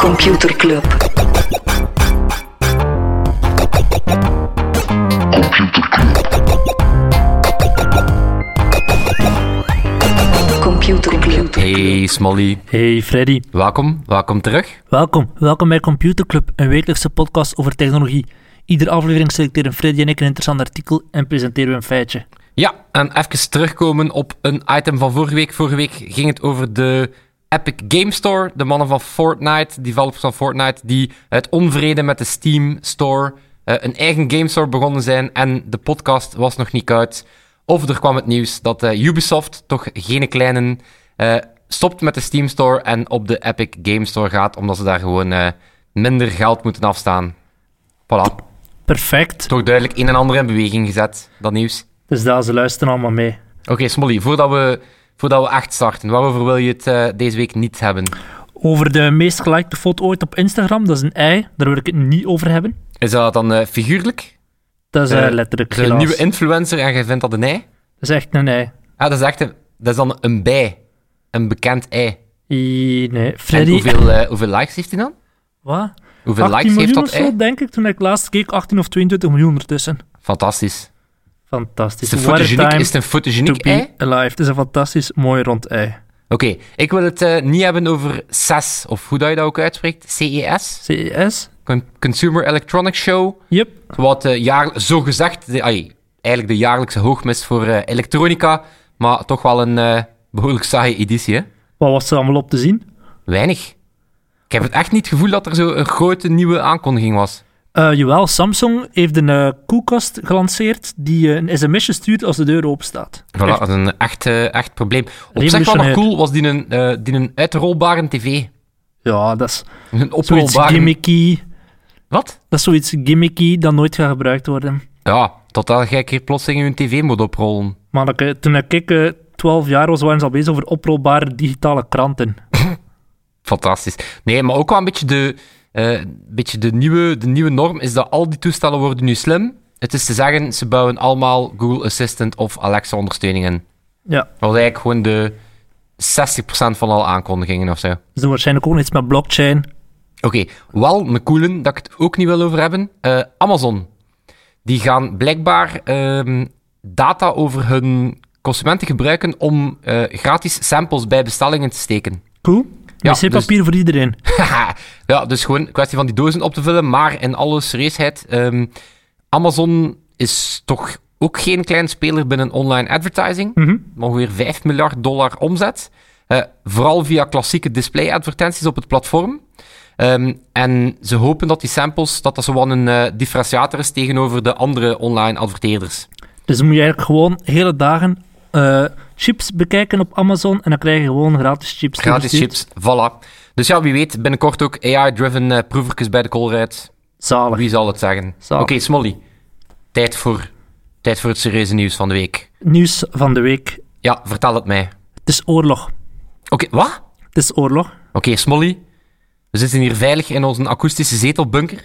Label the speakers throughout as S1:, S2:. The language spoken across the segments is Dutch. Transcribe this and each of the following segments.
S1: Computer Club. Computer Club.
S2: Hey Smolly,
S3: Hey Freddy,
S2: welkom, welkom terug.
S3: welkom. Welkom bij Computer Club, een wekelijkse podcast over technologie. Iedere aflevering selecteren Freddy en ik een interessant artikel en presenteren we een feitje.
S2: Ja, en even terugkomen op een item van vorige week. Vorige week ging het over de Epic Game Store, de mannen van Fortnite, developers van Fortnite, die uit onvrede met de Steam Store eh, een eigen game store begonnen zijn en de podcast was nog niet uit. Of er kwam het nieuws dat eh, Ubisoft toch geen kleine eh, stopt met de Steam Store en op de Epic Game Store gaat, omdat ze daar gewoon eh, minder geld moeten afstaan. Voilà.
S3: Perfect.
S2: toch duidelijk een en ander in beweging gezet, dat nieuws.
S3: Dus daar, ze luisteren allemaal mee.
S2: Oké, Smolly, voordat we, voordat we echt starten, waarover wil je het eh, deze week niet hebben?
S3: Over de meest gelikte foto ooit op Instagram, dat is een ei, daar wil ik het niet over hebben.
S2: Is dat dan eh, figuurlijk?
S3: Dat is eh,
S2: Eh,
S3: letterlijk
S2: Is er een
S3: helaas.
S2: nieuwe influencer en jij vindt dat een ei?
S3: Dat is echt een ei.
S2: Ah, dat is echt een, dat is dan een bij. Een bekend ei.
S3: I- Nee,
S2: En
S3: Freddy...
S2: hoeveel, eh, hoeveel likes heeft hij dan?
S3: Wat?
S2: Hoeveel
S3: 18
S2: likes heeft
S3: miljoen of
S2: dat
S3: zo,
S2: ei?
S3: denk ik, toen ik laatst keek. 18 of 22 miljoen ertussen.
S2: Fantastisch. Is
S3: Fantastisch.
S2: het een
S3: What a
S2: fotogeniek,
S3: time
S2: is het een
S3: to
S2: fotogeniek
S3: be
S2: ei?
S3: alive. Het is een fantastisch mooi rond ei.
S2: Oké, ik wil het eh, niet hebben over CES, of hoe dat je dat ook uitspreekt. CES,
S3: CES?
S2: Con- Consumer Electronics Show.
S3: Yep.
S2: Wat eh, jaar, zo gezegd, de, ai, eigenlijk de jaarlijkse hoogmis voor eh, elektronica, maar toch wel een eh, behoorlijk saaie editie. Hè?
S3: Wat was er allemaal op te zien?
S2: Weinig. Ik heb het echt niet het gevoel dat er zo een grote nieuwe aankondiging was.
S3: Eh, jawel, Samsung heeft een eh, koelkast gelanceerd die eh, een sms'je stuurt als de deur open staat.
S2: Voilà, dat is een echt, eh, echt probleem. Op zich wel nog
S3: Revolutionair.
S2: cool was die een, eh, die een uitrolbare tv.
S3: Ja, dat is
S2: Een
S3: zoiets
S2: oprolbare...
S3: gimmicky.
S2: Wat?
S3: Dat is zoiets gimmicky dat nooit gaat gebruikt worden.
S2: Ja, totdat jij een keer plotseling je tv moet oprollen.
S3: Maar dat ik, eh, toen ik eh 12 jaar was, waren ze al bezig over oprolbare digitale kranten.
S2: Fantastisch. Nee, maar ook wel een beetje de, eh, een beetje de, nieuwe, de nieuwe norm is dat al die toestellen worden nu slim. Het is te zeggen, ze bouwen allemaal Google Assistant of Alexa ondersteuningen.
S3: Ja,
S2: Dat was eigenlijk gewoon de 60% van alle aankondigingen of zo. Oké,
S3: ze doen waarschijnlijk ook nog iets met blockchain.
S2: wel een coole dat ik het ook niet wil over hebben. Eh, Amazon. Die gaan blijkbaar ehm, data over hun consumenten gebruiken om eh, gratis samples bij bestellingen te steken.
S3: Cool.
S2: Ja, dus-
S3: Wc-papier voor iedereen.
S2: Haha. ja, dus gewoon een kwestie van die dozen op te vullen. Maar in alle serieusheid, ehm, Amazon is toch ook geen klein speler binnen online advertising.
S3: Mhm.
S2: Ongeveer 5 miljard dollar omzet. Eh, vooral via klassieke display-advertenties op het platform. Ehm, en ze hopen dat die samples, dat dat zo wel een eh, differentiator is tegenover de andere online adverteerders.
S3: Dus dan moet je eigenlijk gewoon hele dagen eh, chips bekijken op Amazon en dan krijg je gewoon gratis chips.
S2: Gratis
S3: toegestuurd.
S2: chips, voilà. Dus ja, wie weet, binnenkort ook AI-driven eh proevertjes bij de Colruyt.
S3: Zalig.
S2: Wie zal het zeggen? Oké,
S3: Zalig.
S2: Smolly. Tijd voor, tijd voor het serieuze nieuws van de week.
S3: Nieuws van de week.
S2: Ja, vertel het mij.
S3: Het is oorlog.
S2: Oké, wat? Oké,
S3: Het is oorlog.
S2: Smolly. We zitten hier veilig in onze akoestische zetelbunker.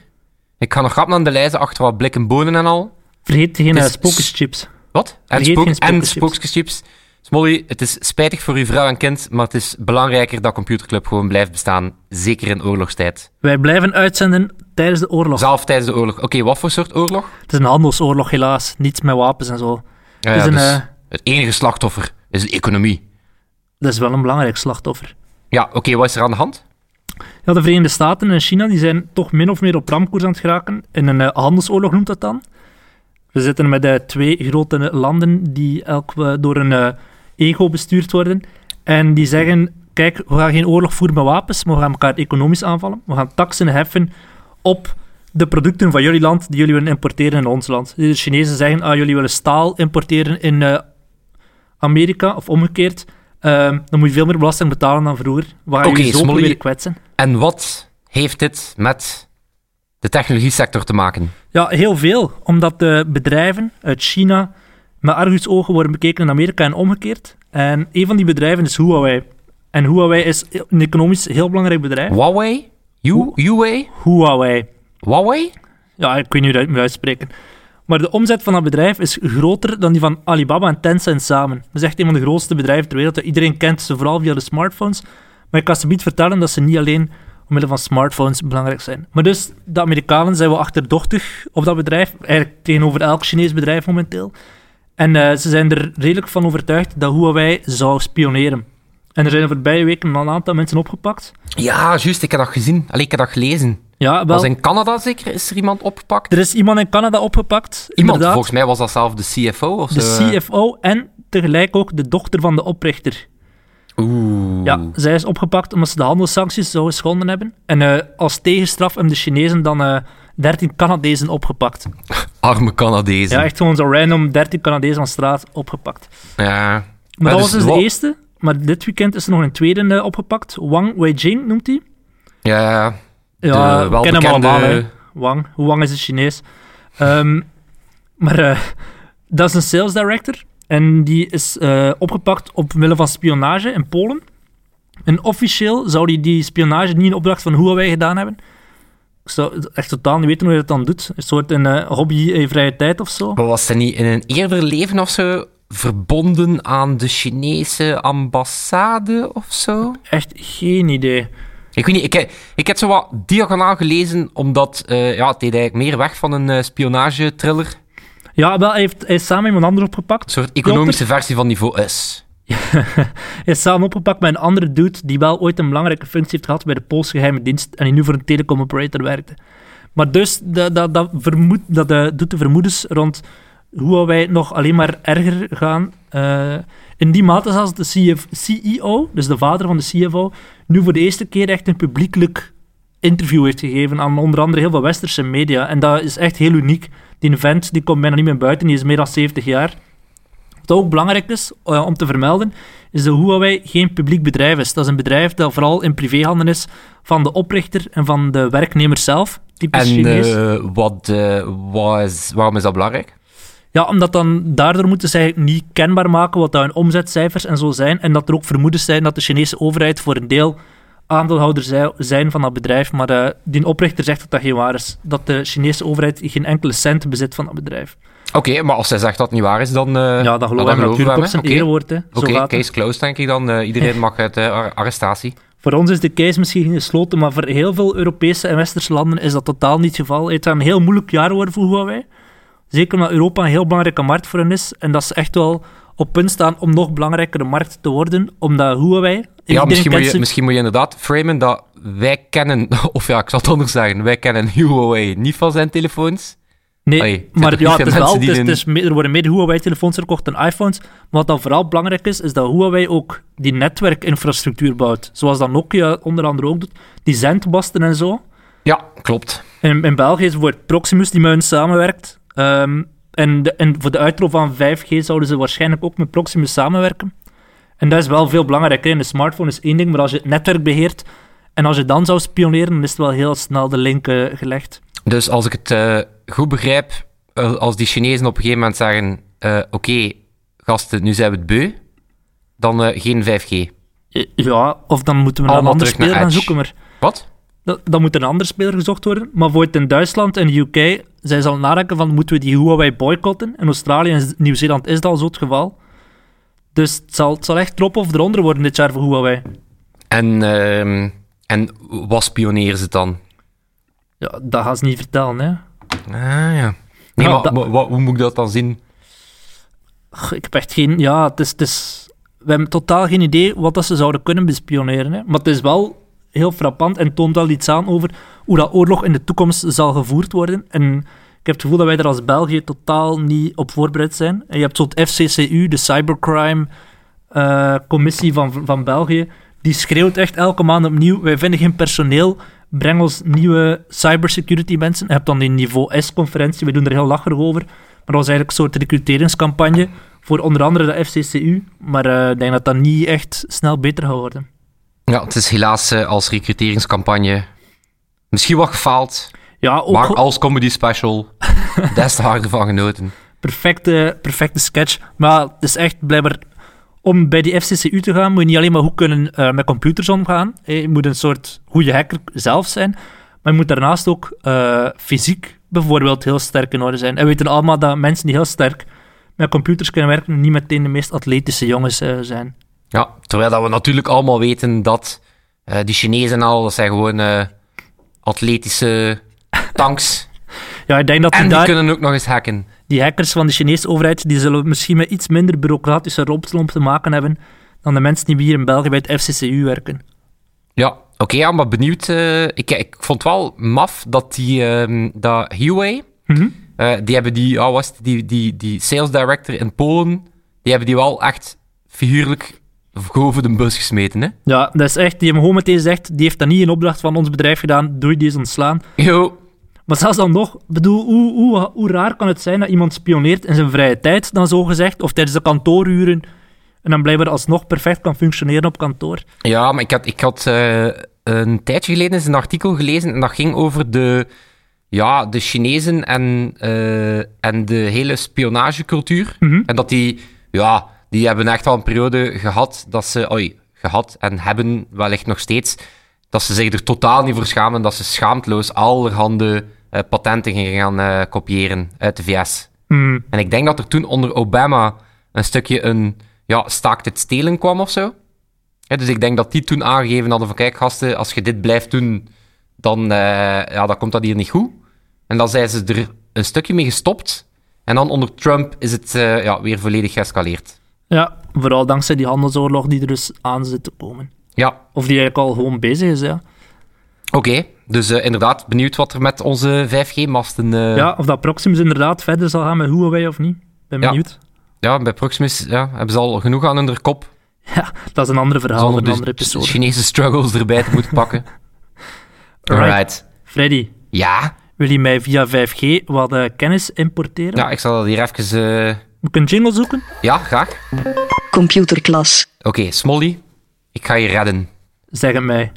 S2: Ik ga nog grappen aan de lijzen achter wat blikken bonen en al.
S3: Vergeet geen
S2: Het
S3: eh,
S2: is
S3: spookjeschips.
S2: Wat? En,
S3: Vergeet geen
S2: en
S3: spookjeschips.
S2: spookjeschips. Smolly, het is spijtig voor uw vrouw en kind, maar het is belangrijker dat Computerclub gewoon blijft bestaan. Zeker in oorlogstijd.
S3: Wij blijven uitzenden tijdens de oorlog.
S2: Zelf tijdens de oorlog. Oké, wat voor soort oorlog?
S3: Het is een handelsoorlog helaas. Niets met wapens en zo.
S2: Ja,
S3: het
S2: ja,
S3: is een,
S2: dus
S3: eh,
S2: het enige slachtoffer is de economie.
S3: dat is wel een belangrijk slachtoffer.
S2: Ja, oké, wat is er aan de hand?
S3: Ja, de Verenigde Staten en China die zijn toch min of meer op ramkoers aan het geraken. In een eh, handelsoorlog noemt dat dan. We zitten met eh, twee grote eh, landen die elk eh, door een eh, ego bestuurd worden. En die zeggen, kijk, we gaan geen oorlog voeren met wapens, maar we gaan elkaar economisch aanvallen. We gaan taxen heffen op de producten van jullie land die jullie willen importeren in ons land. Dus de Chinezen zeggen, ah, jullie willen staal importeren in eh, Amerika, of omgekeerd. Ehm, dan moet je veel meer belasting betalen dan vroeger. We gaan
S2: Oké,
S3: jullie zo
S2: Smolly,
S3: proberen kwetsen.
S2: En wat heeft dit met de technologie-sector te maken?
S3: Ja, heel veel. Omdat de bedrijven uit China met argusogen worden bekeken in Amerika en omgekeerd. En een van die bedrijven is Huawei. En Huawei is een economisch heel belangrijk bedrijf.
S2: Huawei? U- Huawei?
S3: Huawei.
S2: Huawei?
S3: Ja, ik weet niet hoe dat moet uitspreken. Maar de omzet van dat bedrijf is groter dan die van Alibaba en Tencent samen. Dat is echt een van de grootste bedrijven ter wereld. dat Iedereen kent ze vooral via de smartphones. Maar ik kan ze niet vertellen dat ze niet alleen omwille van smartphones belangrijk zijn. Maar dus, de Amerikanen zijn wel achterdochtig op dat bedrijf, eigenlijk tegenover elk Chinees bedrijf momenteel. En eh, ze zijn er redelijk van overtuigd dat Huawei zou spioneren. En er zijn de voorbije weken al een aantal mensen opgepakt.
S2: Ja, juist. Ik heb dat gezien. Allee, ik heb dat gelezen.
S3: Ja, wel,
S2: Was in Canada zeker? Is er iemand opgepakt?
S3: er is iemand in Canada opgepakt.
S2: Iemand,
S3: inderdaad.
S2: volgens mij was dat zelf de CFO of
S3: De
S2: zo.
S3: CFO en tegelijk ook de dochter van de oprichter.
S2: Oeh.
S3: Ja, zij is opgepakt omdat ze de handelssancties zou geschonden hebben. En eh, als tegenstraf hebben de Chinezen dan eh 13 Canadezen opgepakt.
S2: Arme Canadezen.
S3: Ja, echt gewoon zo random 13 Canadezen van straat opgepakt.
S2: Ja. Ja,
S3: Maar dat was dus
S2: wa-
S3: de eerste. Maar dit weekend is er nog een tweede eh, opgepakt. Wang Weijing noemt hij.
S2: Ja,
S3: Ja,
S2: de
S3: we kennen hem
S2: welbekende-
S3: allemaal. hè. Wang. Hoe Wang is een Chinees. Ehm, maar eh, dat is een sales director. En die is eh, opgepakt opwille van spionage in Polen. En officieel zou die, die spionage niet in opdracht van Huawei gedaan hebben. Ik zou het echt totaal niet weten hoe je dat dan doet. Een soort een eh, hobby in je vrije tijd of zo.
S2: maar was ze niet in een eerder leven of zo verbonden aan de Chinese ambassade of zo?
S3: Echt geen idee.
S2: Ik weet niet, ik, ik heb zo wat diagonaal gelezen, omdat eh, ja, het deed eigenlijk meer weg van een eh, spionagetriller. Een
S3: Ja, wel, hij, heeft, hij is samen iemand anders opgepakt.
S2: soort economische versie van niveau S.
S3: Hij is samen opgepakt met een andere dude die wel ooit een belangrijke functie heeft gehad bij de Poolse geheime dienst en die nu voor een telecom operator werkte. Maar dus, dat, dat, dat, vermoed, dat eh, doet de vermoedens rond hoe wij nog alleen maar erger gaan. Eh, in die mate zelfs de CF CEO, dus de vader van de CFO, nu voor de eerste keer echt een publiekelijk interview heeft gegeven aan onder andere heel veel westerse media. En dat is echt heel uniek. Die vent die komt bijna niet meer buiten, die is meer dan 70 jaar. Wat ook belangrijk is eh, om te vermelden, is dat Huawei geen publiek bedrijf is. Dat is een bedrijf dat vooral in privéhanden is van de oprichter en van de werknemer zelf. Typisch
S2: En
S3: Chinees.
S2: eh, wat, eh, wat is, waarom is dat belangrijk?
S3: Ja, omdat dan daardoor moeten zij niet kenbaar maken wat daar hun omzetcijfers en zo zijn. En dat er ook vermoedens zijn dat de Chinese overheid voor een deel aandeelhouder zij- zijn van dat bedrijf. Maar eh, die oprichter zegt dat dat geen waar is. Dat de Chinese overheid geen enkele cent bezit van dat bedrijf.
S2: Oké, maar als zij zegt dat het niet waar is, dan... eh,
S3: ja, dat
S2: dan
S3: geloof ik
S2: geloven we
S3: natuurlijk
S2: hem,
S3: op zijn
S2: hè. Oké.
S3: eerwoord. Hè. Zo
S2: Oké,
S3: gaat het.
S2: case closed denk ik dan. Eh, iedereen mag uit eh, ar- arrestatie.
S3: Voor ons is de case misschien gesloten, maar voor heel veel Europese en Westerse landen is dat totaal niet het geval. Het gaat een heel moeilijk jaar worden voor Huawei. Zeker omdat Europa een heel belangrijke markt voor hen is en dat ze echt wel op punt staan om nog belangrijkere markt te worden, omdat Huawei...
S2: Ja,
S3: iedereen
S2: misschien moet,
S3: kent
S2: je,
S3: ze-
S2: misschien moet je inderdaad framen dat wij kennen... Of ja, ik zal het anders zeggen. Wij kennen Huawei niet van zijn telefoons.
S3: Nee,
S2: Allee, het zijn toch
S3: maar
S2: niet
S3: ja,
S2: veel
S3: het is wel,
S2: mensen die
S3: het is,
S2: een-
S3: het is meer- er worden meer Huawei-telefoons verkocht dan iPhones. Maar wat dan vooral belangrijk is, is dat Huawei ook die netwerkinfrastructuur bouwt. Zoals dat Nokia onder andere ook doet. Die zendmasten en zo.
S2: Ja, klopt.
S3: In, in België is bijvoorbeeld Proximus die met hun samenwerkt. Ehm, en, de- en voor de uitrol van 5G zouden ze waarschijnlijk ook met Proximus samenwerken. En dat is wel veel belangrijker. Een smartphone is één ding, maar als je het netwerk beheert en als je dan zou spioneren, dan is het wel heel snel de link eh, gelegd.
S2: Dus als ik het eh, goed begrijp, eh, als die Chinezen op een gegeven moment zeggen... eh, Oké, gasten, nu zijn we het beu. Dan eh, geen 5G.
S3: Eh, Ja, of dan moeten we naar een
S2: Allemaal
S3: andere
S2: terug naar
S3: speler gaan
S2: Edge.
S3: zoeken. Maar
S2: Wat?
S3: dat- dan moet een andere speler gezocht worden. Maar bijvoorbeeld in Duitsland en de UK zijn ze al nadenken van moeten we die Huawei boycotten. In Australië en Nieuw-Zeeland is dat al zo het geval. Dus het zal, het zal echt drop of eronder worden dit jaar voor Huawei.
S2: En, ehm, en wat spioneren ze dan?
S3: Ja, dat gaan ze niet vertellen, hè.
S2: Ah, ja. Nee,
S3: Ja,
S2: maar,
S3: dat-
S2: maar wat- hoe moet ik dat dan zien?
S3: Goh, Ik heb echt geen... Ja, het is, het is... We hebben totaal geen idee wat dat ze zouden kunnen bespioneren, hè. Maar het is wel heel frappant en toont wel iets aan over hoe dat oorlog in de toekomst zal gevoerd worden. En ik heb het gevoel dat wij er als België totaal niet op voorbereid zijn. En je hebt zo'n FCCU, de Cybercrime eh, Commissie van, van België, die schreeuwt echt elke maand opnieuw, wij vinden geen personeel, breng ons nieuwe cybersecurity mensen. Je hebt dan die niveau S-conferentie, we doen er heel lacherig over. Maar dat was eigenlijk een soort recruteringscampagne voor onder andere de FCCU. Maar eh, ik denk dat dat niet echt snel beter gaat worden.
S2: Ja, het is helaas eh, als recruteringscampagne misschien wat gefaald,
S3: Ja, ook
S2: maar
S3: gewoon-
S2: als comedy special des te harder van genoten.
S3: perfecte, perfecte sketch. Maar het is echt blijkbaar... Om bij die FCCU te gaan, moet je niet alleen maar goed kunnen eh, met computers omgaan. Eh, Je moet een soort goede hacker zelf zijn. Maar je moet daarnaast ook eh, fysiek bijvoorbeeld heel sterk in orde zijn. En we weten allemaal dat mensen die heel sterk met computers kunnen werken, niet meteen de meest atletische jongens eh, zijn.
S2: Ja, terwijl dat we natuurlijk allemaal weten dat Eh, die Chinezen en al, dat zijn gewoon eh, atletische tanks.
S3: Ja, ik denk dat die,
S2: en die
S3: daar,
S2: kunnen ook nog eens hacken.
S3: die hackers van de Chinese overheid, die zullen misschien met iets minder bureaucratische rompslomp te maken hebben dan de mensen die hier in België bij het FCCU werken.
S2: Ja, oké, ja, maar benieuwd. eh, ik, ik vond wel maf dat die ehm, dat Huawei,
S3: Mhm.
S2: eh, die hebben die, oh, was het, die, die, die sales director in Polen, die hebben die wel echt figuurlijk over de bus gesmeten, hè?
S3: Ja, dat is echt, die hem gewoon meteen zegt, die heeft dat niet in opdracht van ons bedrijf gedaan, doei, die is ontslaan.
S2: Yo,
S3: Maar zelfs dan nog, bedoel, hoe, hoe, hoe raar kan het zijn dat iemand spioneert in zijn vrije tijd, dan zo gezegd, of tijdens de kantooruren, en dan blijkbaar alsnog perfect kan functioneren op kantoor.
S2: Ja, maar ik had, ik had eh, een tijdje geleden eens een artikel gelezen en dat ging over de, ja, de Chinezen en, eh, en de hele spionagecultuur. En dat die, ja, die hebben echt al een periode gehad dat ze, oei, gehad en hebben wellicht nog steeds, dat ze zich er totaal niet voor schamen en dat ze schaamteloos allerhande eh, patenten gingen gaan eh, kopiëren uit de VS.
S3: Hmm.
S2: En ik denk dat er toen onder Obama een stukje een ja, staakt het stelen kwam of zo. Hè, dus ik denk dat die toen aangegeven hadden van kijk gasten, als je dit blijft doen, dan, eh, ja, dan komt dat hier niet goed. En dan zijn ze er een stukje mee gestopt. En dan onder Trump is het eh, ja, weer volledig geëscaleerd.
S3: Ja, vooral dankzij die handelsoorlog die er dus aan zit te komen.
S2: Ja,
S3: Of die eigenlijk al gewoon bezig is, ja.
S2: oké. Dus eh, inderdaad, benieuwd wat er met onze 5G-masten... eh,
S3: Ja, of dat Proximus inderdaad verder zal gaan met Huawei of niet. Ben
S2: Ja.
S3: benieuwd.
S2: ja, bij Proximus ja, hebben ze al genoeg aan hun kop.
S3: Ja, dat is een andere verhaal,
S2: Zonder
S3: een andere
S2: de
S3: episode.
S2: Chinese struggles erbij te moeten pakken. Alright.
S3: Freddy,
S2: Ja,
S3: wil je mij via 5G wat eh, kennis importeren?
S2: ja, Nou, ik zal dat hier even... eh,
S3: Moet ik een jingle zoeken?
S2: Ja, graag.
S1: Computer Class.
S2: Oké, Smolly, ik ga je redden.
S3: Zeg het mij.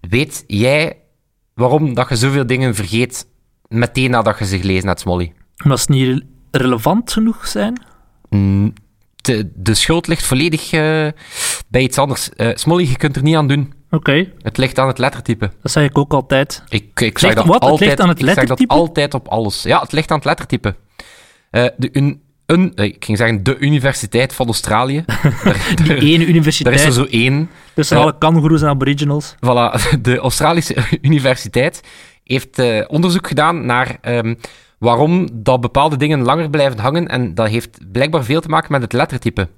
S2: Weet jij waarom dat je zoveel dingen vergeet meteen nadat je ze gelezen hebt, Smolly?
S3: Omdat ze niet re- relevant genoeg zijn?
S2: Mm, De, de schuld ligt volledig eh, bij iets anders. Eh Smolly, je kunt er niet aan doen.
S3: Oké,
S2: Het ligt aan het lettertype.
S3: dat zei ik ook altijd.
S2: Ik, ik zeg
S3: Ligt
S2: dat
S3: wat? Het
S2: altijd.
S3: ligt aan het
S2: ik zeg
S3: lettertype?
S2: dat altijd op alles. Ja, het ligt aan het lettertype. Eh, de un, un- eh, ik ging zeggen de Universiteit van Australië. Daar- daar-
S3: Eén
S2: daar
S3: universiteit
S2: is er zo één.
S3: tussen
S2: ja.
S3: alle kangoeroes en aboriginals.
S2: Voilà, de Australische universiteit heeft eh, onderzoek gedaan naar ehm, waarom dat bepaalde dingen langer blijven hangen. En dat heeft blijkbaar veel te maken met het lettertype.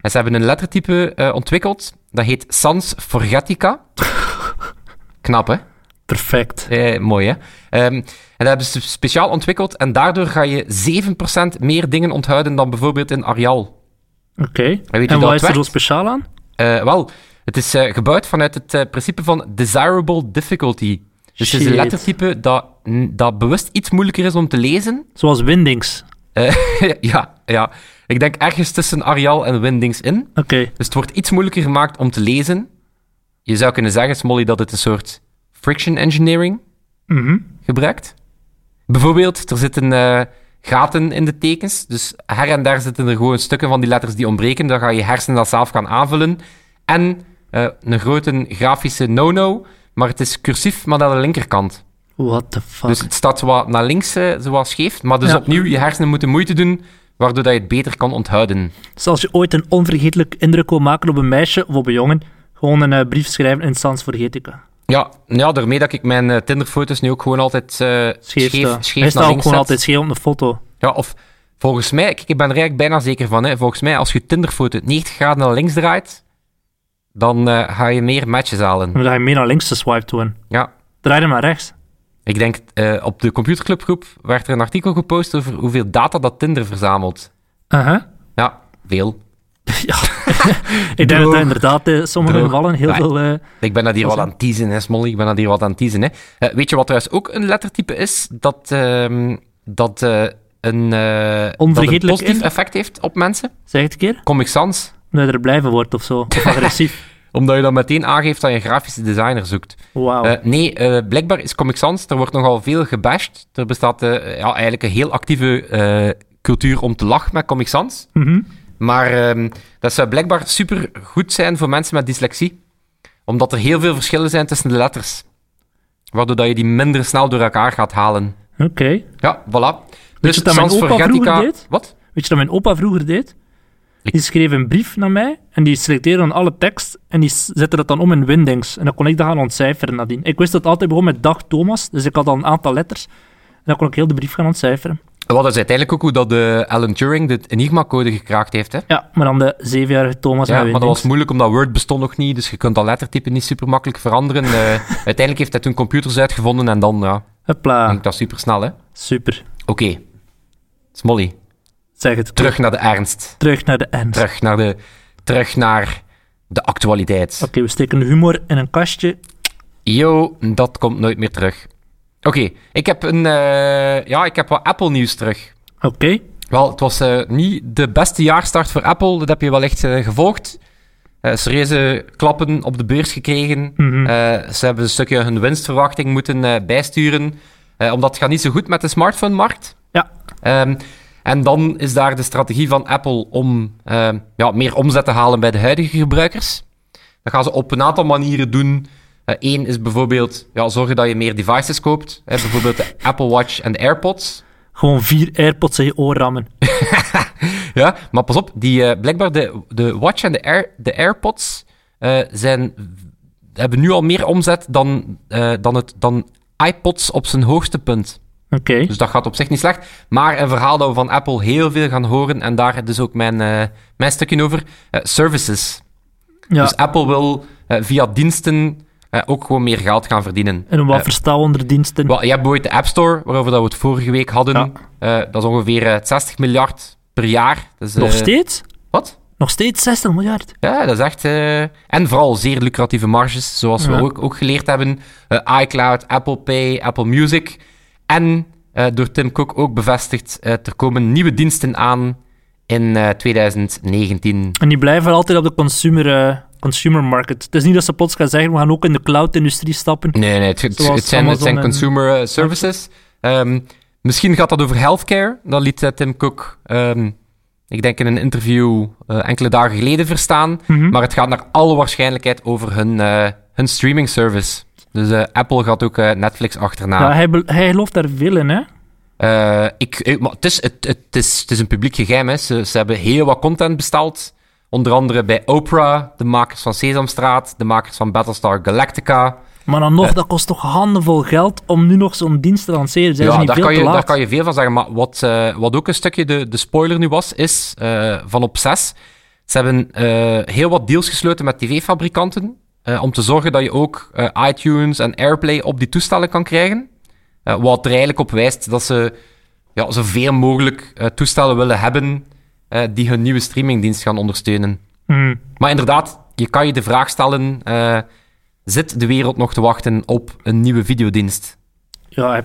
S2: En ze hebben een lettertype eh, ontwikkeld, dat heet Sans Forgetica. Knap, hè?
S3: Perfect.
S2: Eh, mooi, hè? Ehm, en dat hebben ze speciaal ontwikkeld. En daardoor ga je 7% meer dingen onthouden dan bijvoorbeeld in Arial.
S3: Oké.
S2: u
S3: En,
S2: dat
S3: wat
S2: het
S3: is er
S2: werkt?
S3: zo speciaal aan?
S2: Eh, wel, het is eh, gebouwd vanuit het eh, principe van desirable difficulty. Dus het is een
S3: Shit.
S2: lettertype dat, mm, dat bewust iets moeilijker is om te lezen.
S3: Zoals Windings.
S2: Eh, ja, ja, ik denk ergens tussen Arial en Windings in.
S3: Oké.
S2: Dus het wordt iets moeilijker gemaakt om te lezen. Je zou kunnen zeggen, Smolly, dat het een soort friction engineering
S3: Mhm.
S2: gebruikt. Bijvoorbeeld, er zitten eh, gaten in de tekens. Dus her en daar zitten er gewoon stukken van die letters die ontbreken. Dan ga je hersenen dat zelf gaan aanvullen. En eh, een grote grafische no-no, maar het is cursief, maar naar de linkerkant.
S3: What the fuck.
S2: Dus het staat wat naar links, eh, zoals scheef. Maar dus
S3: Ja.
S2: opnieuw, je hersenen moeten moeite doen, waardoor dat je het beter kan onthouden.
S3: Dus als je ooit een onvergetelijk indruk wil maken op een meisje of op een jongen, gewoon een eh, brief schrijven in Sans Vergetica.
S2: Ja, ja, daarmee dat ik mijn eh, Tinderfoto's nu ook gewoon altijd eh,
S3: Scheef,
S2: scheef,
S3: eh,
S2: scheef,
S3: Hij
S2: naar
S3: staat ook
S2: links
S3: gewoon
S2: zet.
S3: altijd scheef op de foto.
S2: Ja, of volgens mij, kijk, ik ben er eigenlijk bijna zeker van. Hè, volgens mij, als je Tinderfoto 90 graden naar links draait, dan eh, ga je meer matches halen.
S3: Dan ga je meer naar links te swipe doen.
S2: Ja.
S3: Draai hem naar rechts.
S2: Ik denk, eh, op de computerclubgroep werd er een artikel gepost over hoeveel data dat Tinder verzamelt.
S3: Uh-huh.
S2: Ja, veel.
S3: Ik denk dat
S2: Droog.
S3: dat inderdaad eh, sommige
S2: Droog.
S3: gevallen heel
S2: Ja.
S3: veel... eh,
S2: Ik ben dat hier wel
S3: Dat is-
S2: aan het teasen, hè, Smolly. Ik ben dat hier wat aan het teasen, hè. Eh, weet je wat trouwens ook een lettertype is? Dat, ehm, dat, eh, een, eh, dat een
S3: Onvergetelijk
S2: positief
S3: in-
S2: effect heeft op mensen?
S3: zeg het een keer.
S2: Comic Sans.
S3: Dat je er blijven wordt of zo. Of agressief.
S2: Omdat je dan meteen aangeeft dat je een grafische designer zoekt.
S3: Wauw.
S2: Eh, nee, eh, blijkbaar is Comic Sans, er wordt nogal veel gebashed. Er bestaat eh, ja, eigenlijk een heel actieve eh, cultuur om te lachen met Comic Sans.
S3: Mhm.
S2: Maar ehm, dat zou blijkbaar super goed zijn voor mensen met dyslexie. Omdat er heel veel verschillen zijn tussen de letters. Waardoor dat je die minder snel door elkaar gaat halen.
S3: Oké.
S2: Ja, voilà. Dus
S3: je wat dat mijn opa vroeger deed?
S2: Wat?
S3: Weet je dat mijn opa vroeger deed? Die schreef een brief naar mij en die selecteerde dan alle tekst en die s- zette dat dan om in Windings. En dan kon ik dat gaan ontcijferen nadien. Ik wist dat het altijd begon met dag Thomas, dus ik had al een aantal letters. En dan kon ik heel de brief gaan ontcijferen.
S2: Wat is uiteindelijk ook hoe dat de Alan Turing de Enigma-code gekraakt heeft, hè?
S3: Ja, maar dan de zevenjarige Thomas
S2: Ja,
S3: naar
S2: maar dat
S3: Windings.
S2: was moeilijk, omdat Word bestond nog niet, dus je kunt dat lettertype niet super makkelijk veranderen. Eh, uiteindelijk heeft hij toen computers uitgevonden en dan, ja,
S3: Hopla,
S2: ging dat super snel, hè? Oké,
S3: super.
S2: Smolly,
S3: Zeg het.
S2: terug naar de ernst.
S3: Terug naar de ernst.
S2: Terug naar de, terug naar de actualiteit.
S3: Oké, we steken de humor in een kastje.
S2: Yo, dat komt nooit meer terug. Oké, ik heb een, eh, ja, ik heb wat Apple-nieuws terug.
S3: Oké.
S2: Wel, het was eh, niet de beste jaarstart voor Apple. Dat heb je wellicht eh, gevolgd. Eh serieuze klappen op de beurs gekregen.
S3: Mhm.
S2: Eh, ze hebben een stukje hun winstverwachting moeten eh, bijsturen. eh, omdat het gaat niet zo goed met de smartphone-markt.
S3: Ja.
S2: Ehm, en dan is daar de strategie van Apple om ehm, ja, meer omzet te halen bij de huidige gebruikers. Dat gaan ze op een aantal manieren doen. Eén is bijvoorbeeld ja, zorgen dat je meer devices koopt. Eh, bijvoorbeeld de Apple Watch en de AirPods.
S3: Gewoon vier AirPods in je oor rammen.
S2: Ja, maar pas op, die, eh, blijkbaar de, de Watch en de, Air, de AirPods eh, zijn, hebben nu al meer omzet dan, eh, dan, het, dan iPods op zijn hoogste punt.
S3: Oké.
S2: Dus dat gaat op zich niet slecht. Maar een verhaal dat we van Apple heel veel gaan horen, en daar dus ook mijn, eh, mijn stukje over, eh, services.
S3: Ja.
S2: Dus Apple wil eh, via diensten eh, ook gewoon meer geld gaan verdienen.
S3: en wat
S2: Eh,
S3: verstaan onder diensten?
S2: wel, je hebt bijvoorbeeld de App Store, waarover dat we het vorige week hadden.
S3: Ja.
S2: Eh, dat is ongeveer eh, 60 miljard per jaar. Dus, eh,
S3: Nog steeds?
S2: Wat?
S3: Nog steeds 60 miljard.
S2: Ja, dat is echt... eh, en vooral zeer lucratieve marges, zoals we
S3: Ja.
S2: ook, ook geleerd hebben. Eh, iCloud, Apple Pay, Apple Music. En eh, door Tim Cook ook bevestigd, eh, er komen nieuwe diensten aan in eh, 2019.
S3: En die blijven altijd op de consumer, eh, consumer market. Het is niet dat ze plots gaan zeggen, we gaan ook in de cloud-industrie stappen.
S2: Nee, nee, het, het-
S3: Zoals
S2: het zijn, het zijn
S3: Amazon en-
S2: consumer eh, services. Ehm, misschien gaat dat over healthcare. Dat liet eh, Tim Cook, ehm, ik denk in een interview eh, enkele dagen geleden verstaan.
S3: Mhm.
S2: Maar het gaat naar alle waarschijnlijkheid over hun, eh, hun streaming service. Dus eh, Apple gaat ook eh, Netflix achterna.
S3: ja, hij, bel- hij gelooft daar veel in, hè?
S2: Eh, ik, ik- maar het, is, het, het, is, het is een publiek geheim. Hè. Ze, ze hebben heel wat content besteld. Onder andere bij Oprah, de makers van Sesamstraat, de makers van Battlestar Galactica.
S3: Maar dan nog, dat kost toch handenvol geld om nu nog zo'n dienst te lanceren. Zijn ze niet
S2: daar,
S3: veel
S2: kan je,
S3: te
S2: daar
S3: laat?
S2: kan je veel van zeggen. Maar wat, eh, wat ook een stukje de, de spoiler nu was, is eh, van op 6. Ze hebben eh, heel wat deals gesloten met tv-fabrikanten. eh, om te zorgen dat je ook eh, iTunes en Airplay op die toestellen kan krijgen. Eh, wat er eigenlijk op wijst dat ze ja, zoveel mogelijk eh, toestellen willen hebben eh, die hun nieuwe streamingdienst gaan ondersteunen.
S3: Hmm.
S2: Maar inderdaad, je kan je de vraag stellen: eh, zit de wereld nog te wachten op een nieuwe videodienst?
S3: Ja, hij-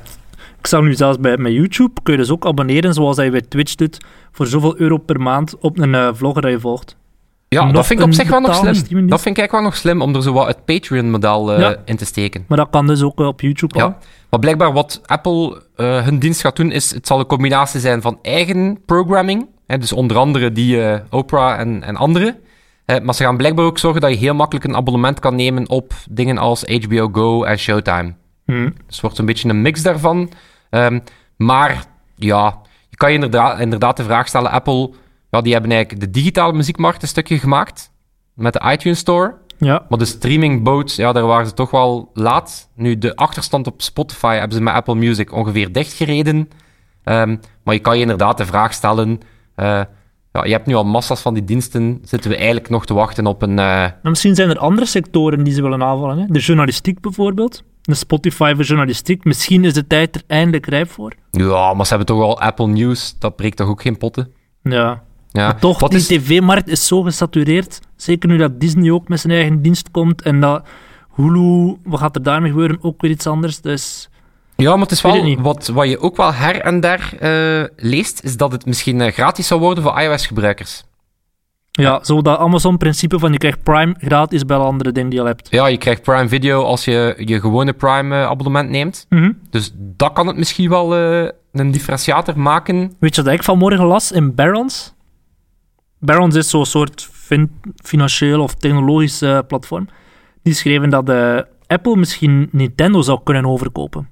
S3: ik zou nu zelfs bij met YouTube, kun je dus ook abonneren zoals hij bij Twitch doet, voor zoveel euro per maand op een eh, vlogger dat je volgt.
S2: Ja,
S3: Nog
S2: dat vind ik op
S3: een
S2: zich wel nog
S3: betaalde
S2: slim. Dat
S3: streamingdienst?
S2: vind ik eigenlijk wel nog slim om er zo wat het Patreon-model eh,
S3: Ja.
S2: in te steken.
S3: Maar dat kan dus ook eh, op YouTube al.
S2: Ja. Maar blijkbaar wat Apple eh, hun dienst gaat doen, is het zal een combinatie zijn van eigen programming. Hè, dus onder andere die eh, Oprah en, en andere. Eh, maar ze gaan blijkbaar ook zorgen dat je heel makkelijk een abonnement kan nemen op dingen als HBO Go en Showtime.
S3: Hmm.
S2: Dus het wordt een beetje een mix daarvan. Ehm, maar ja, je kan je inderdaad, inderdaad de vraag stellen: Apple, ja, die hebben eigenlijk de digitale muziekmarkt een stukje gemaakt met de iTunes Store.
S3: Ja,
S2: Maar de streamingboot, ja, daar waren ze toch wel laat. Nu, de achterstand op Spotify hebben ze met Apple Music ongeveer dichtgereden. Ehm, maar je kan je inderdaad de vraag stellen... eh, ja, je hebt nu al massa's van die diensten. Zitten we eigenlijk nog te wachten op een... eh,
S3: Maar misschien zijn er andere sectoren die ze willen aanvallen. Hè? De journalistiek bijvoorbeeld. De Spotify voor journalistiek. Misschien is de tijd er eindelijk rijp voor.
S2: Ja, maar ze hebben toch al Apple News. Dat breekt toch ook geen potten?
S3: Ja.
S2: Ja.
S3: Maar toch,
S2: Wat
S3: die
S2: is-
S3: tv-markt is zo gesatureerd. Zeker nu dat Disney ook met zijn eigen dienst komt. En dat Hulu, wat gaat er daarmee gebeuren? Ook weer iets anders. Dus
S2: Ja, maar het is
S3: Ik weet het
S2: wel,
S3: niet.
S2: wat, wat je ook wel her en der eh, leest, is dat het misschien eh, gratis zou worden voor iOS-gebruikers.
S3: ja, zo dat Amazon-principe van je krijgt Prime gratis bij alle andere dingen die je al hebt.
S2: Ja, je krijgt Prime Video als je je gewone Prime-abonnement neemt.
S3: Mhm.
S2: Dus dat kan het misschien wel eh, een differentiator maken.
S3: Weet je wat ik vanmorgen las in Barons? Barons is zo'n soort fin- financieel of technologisch eh, platform. Die schreven dat eh, Apple misschien Nintendo zou kunnen overkopen.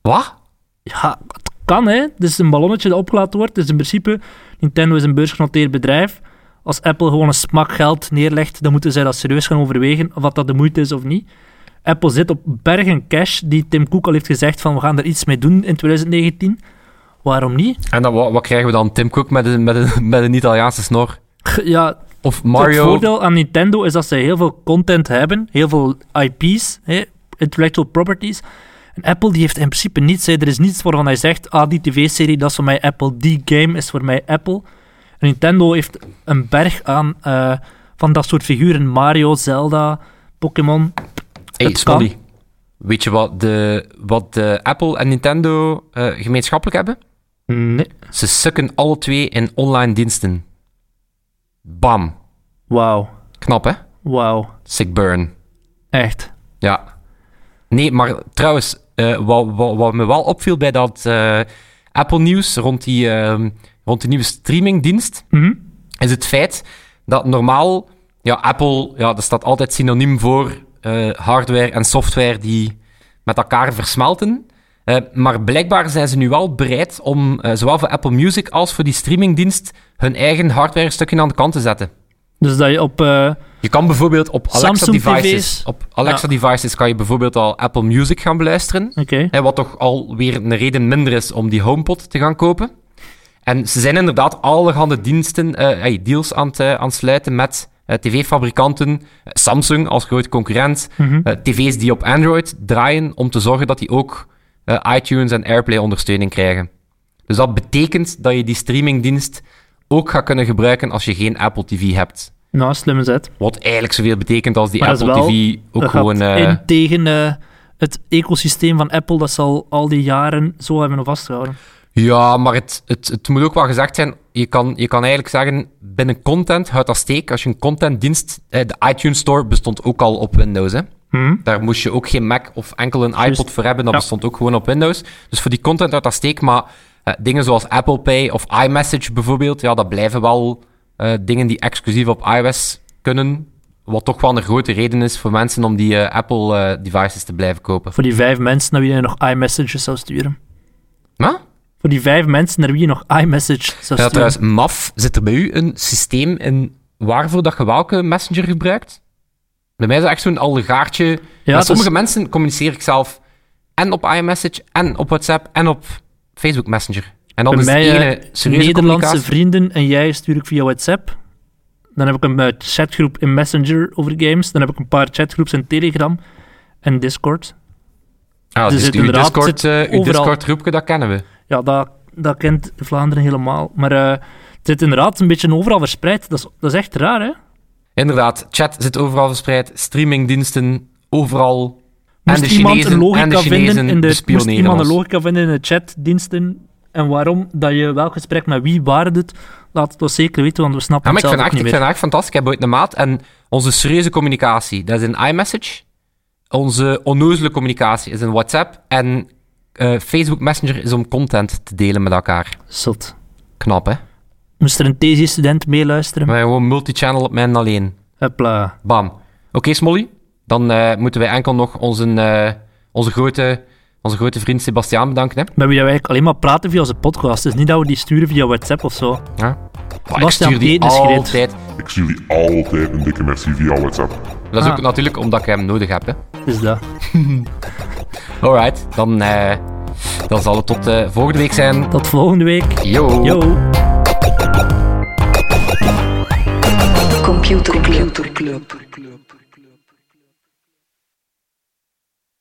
S2: Wat?
S3: Ja, het kan hè. Het is een ballonnetje dat opgelaten wordt. Dus in principe, Nintendo is een beursgenoteerd bedrijf. Als Apple gewoon een smak geld neerlegt, dan moeten zij dat serieus gaan overwegen of dat de moeite is of niet. Apple zit op bergen cash die Tim Cook al heeft gezegd van we gaan er iets mee doen in 2019. Waarom niet?
S2: En dan, wat, wat krijgen we dan? Tim Cook met een, met een, met een Italiaanse snor?
S3: Ja,
S2: Of
S3: Het
S2: Mario?
S3: voordeel aan Nintendo is dat ze heel veel content hebben, heel veel IP's, hè, intellectual properties. En Apple die heeft in principe niets. Hè. Er is niets waarvan hij zegt, ah, die tv-serie, dat is voor mij Apple, die game is voor mij Apple. En Nintendo heeft een berg aan eh, van dat soort figuren, Mario, Zelda, Pokémon.
S2: Hey,
S3: het
S2: Smolly. Weet je wat, de, wat de Apple en Nintendo eh, gemeenschappelijk hebben?
S3: Nee.
S2: Ze sukken alle twee in online diensten. Bam.
S3: Wauw,
S2: Knap, hè?
S3: wauw,
S2: Sick burn.
S3: echt.
S2: Ja. Nee, maar trouwens, eh, wat, wat, wat me wel opviel bij dat eh, Apple-nieuws rond, die, ehm, rond die nieuwe streamingdienst,
S3: Mhm.
S2: is het feit dat normaal, ja, Apple, ja, dat staat altijd synoniem voor eh, hardware en software die met elkaar versmelten. Eh, maar blijkbaar zijn ze nu wel bereid om eh, zowel voor Apple Music als voor die streamingdienst hun eigen hardware stukje aan de kant te zetten.
S3: Dus dat je op... eh,
S2: Je kan bijvoorbeeld op Alexa
S3: Samsung
S2: devices,
S3: TV's.
S2: op Alexa devices kan je bijvoorbeeld al Apple Music gaan beluisteren.
S3: Oké.
S2: Hè, wat toch alweer een reden minder is om die HomePod te gaan kopen. En ze zijn inderdaad allerhande diensten, eh, hey, deals aan het, eh, aan het sluiten met eh, tv-fabrikanten, eh, Samsung als groot concurrent,
S3: Mhm.
S2: eh, tv's die op Android draaien, om te zorgen dat die ook eh, iTunes en AirPlay ondersteuning krijgen. Dus dat betekent dat je die streamingdienst ook gaat kunnen gebruiken als je geen Apple TV hebt.
S3: Nou, slimme zet.
S2: Wat eigenlijk zoveel betekent als die
S3: Maar dat is
S2: Apple
S3: wel-
S2: TV ook
S3: dat
S2: gewoon...
S3: gaat
S2: eh,
S3: in tegen eh, het ecosysteem van Apple dat ze al, al die jaren zo hebben vastgehouden.
S2: Ja, maar het, het, het moet ook wel gezegd zijn. Je kan, je kan eigenlijk zeggen, binnen content houdt dat steek. Als je een contentdienst... eh, De iTunes Store bestond ook al op Windows, hè. Daar moest je ook geen Mac of enkel een iPod voor hebben. Dat
S3: Hmm. Ja.
S2: bestond ook gewoon op Windows. Dus voor die content houdt dat steek. Maar eh, dingen zoals Apple Pay of iMessage bijvoorbeeld... Ja, dat blijven wel eh, dingen die exclusief op iOS kunnen. Wat toch wel een grote reden is voor mensen om die eh, Apple-devices te blijven kopen.
S3: Voor die vijf mensen naar wie je nog iMessages zou sturen.
S2: Maar...
S3: Voor die vijf mensen naar wie je nog iMessage zou
S2: Ja,
S3: sturen.
S2: trouwens, MAF, zit er bij u een systeem in waarvoor dat je welke messenger gebruikt? Bij mij is dat echt zo'n allegaartje.
S3: Ja,
S2: Met
S3: het
S2: sommige
S3: is-
S2: mensen communiceer ik zelf en op iMessage, en op WhatsApp, en op Facebook Messenger. En dan
S3: bij
S2: is het
S3: mij,
S2: ene
S3: eh,
S2: serieuze
S3: Nederlandse
S2: communicatie.
S3: vrienden en jij stuur ik via WhatsApp. Dan heb ik een eh, chatgroep in Messenger over games. Dan heb ik een paar chatgroeps in Telegram en Discord.
S2: Ah,
S3: er
S2: dus
S3: zit
S2: uw
S3: inderdaad-
S2: Discord,
S3: het zit
S2: eh, uw
S3: overal.
S2: Discord-roepje, dat kennen we.
S3: Ja, dat, dat kent Vlaanderen helemaal. Maar eh, het zit inderdaad een beetje overal verspreid. Dat is, dat is echt raar, hè?
S2: Inderdaad, chat zit overal verspreid, streamingdiensten, overal. en
S3: Moest
S2: de
S3: iemand
S2: Chinezen,
S3: een
S2: en
S3: logica
S2: de Chinezen
S3: vinden in de, moest
S2: bespioneren
S3: iemand een
S2: ons.
S3: logica vinden in de chatdiensten en waarom dat je welk gesprek met wie waar doet, laat het ons zeker weten, want we snappen
S2: Ja, maar
S3: het
S2: ik vind,
S3: zelf ook
S2: echt, ik
S3: niet
S2: vind
S3: meer.
S2: het echt fantastisch. Ik heb ooit een maat en onze serieuze communicatie, dat is in iMessage. Onze onnozele communicatie is in WhatsApp. En eh, Facebook Messenger is om content te delen met elkaar.
S3: Zot.
S2: Knap, hè?
S3: Moest er een TC-student meeluisteren?
S2: Maar gewoon multichannel op mijn alleen.
S3: Hopla.
S2: Bam. Oké, Smolly. Dan eh, moeten wij enkel nog onze, eh, onze, grote, onze grote vriend Sebastiaan bedanken, hè?
S3: Met wie we eigenlijk alleen maar praten via onze podcast. Dus niet dat we die sturen via WhatsApp of zo.
S2: Ja. Maar ik
S3: Sebastiaan
S2: stuur die
S3: Peetens schreef.
S2: altijd.
S4: Ik stuur jullie altijd een dikke merci via WhatsApp.
S2: Dat is ook
S3: Ah.
S2: natuurlijk omdat ik hem nodig heb, hè?
S3: Dus dat.
S2: Alright, dan, eh, dan zal het tot eh, volgende week zijn.
S3: Tot volgende week.
S2: Yo.
S3: Yo.
S1: Computer Club. Computer Club.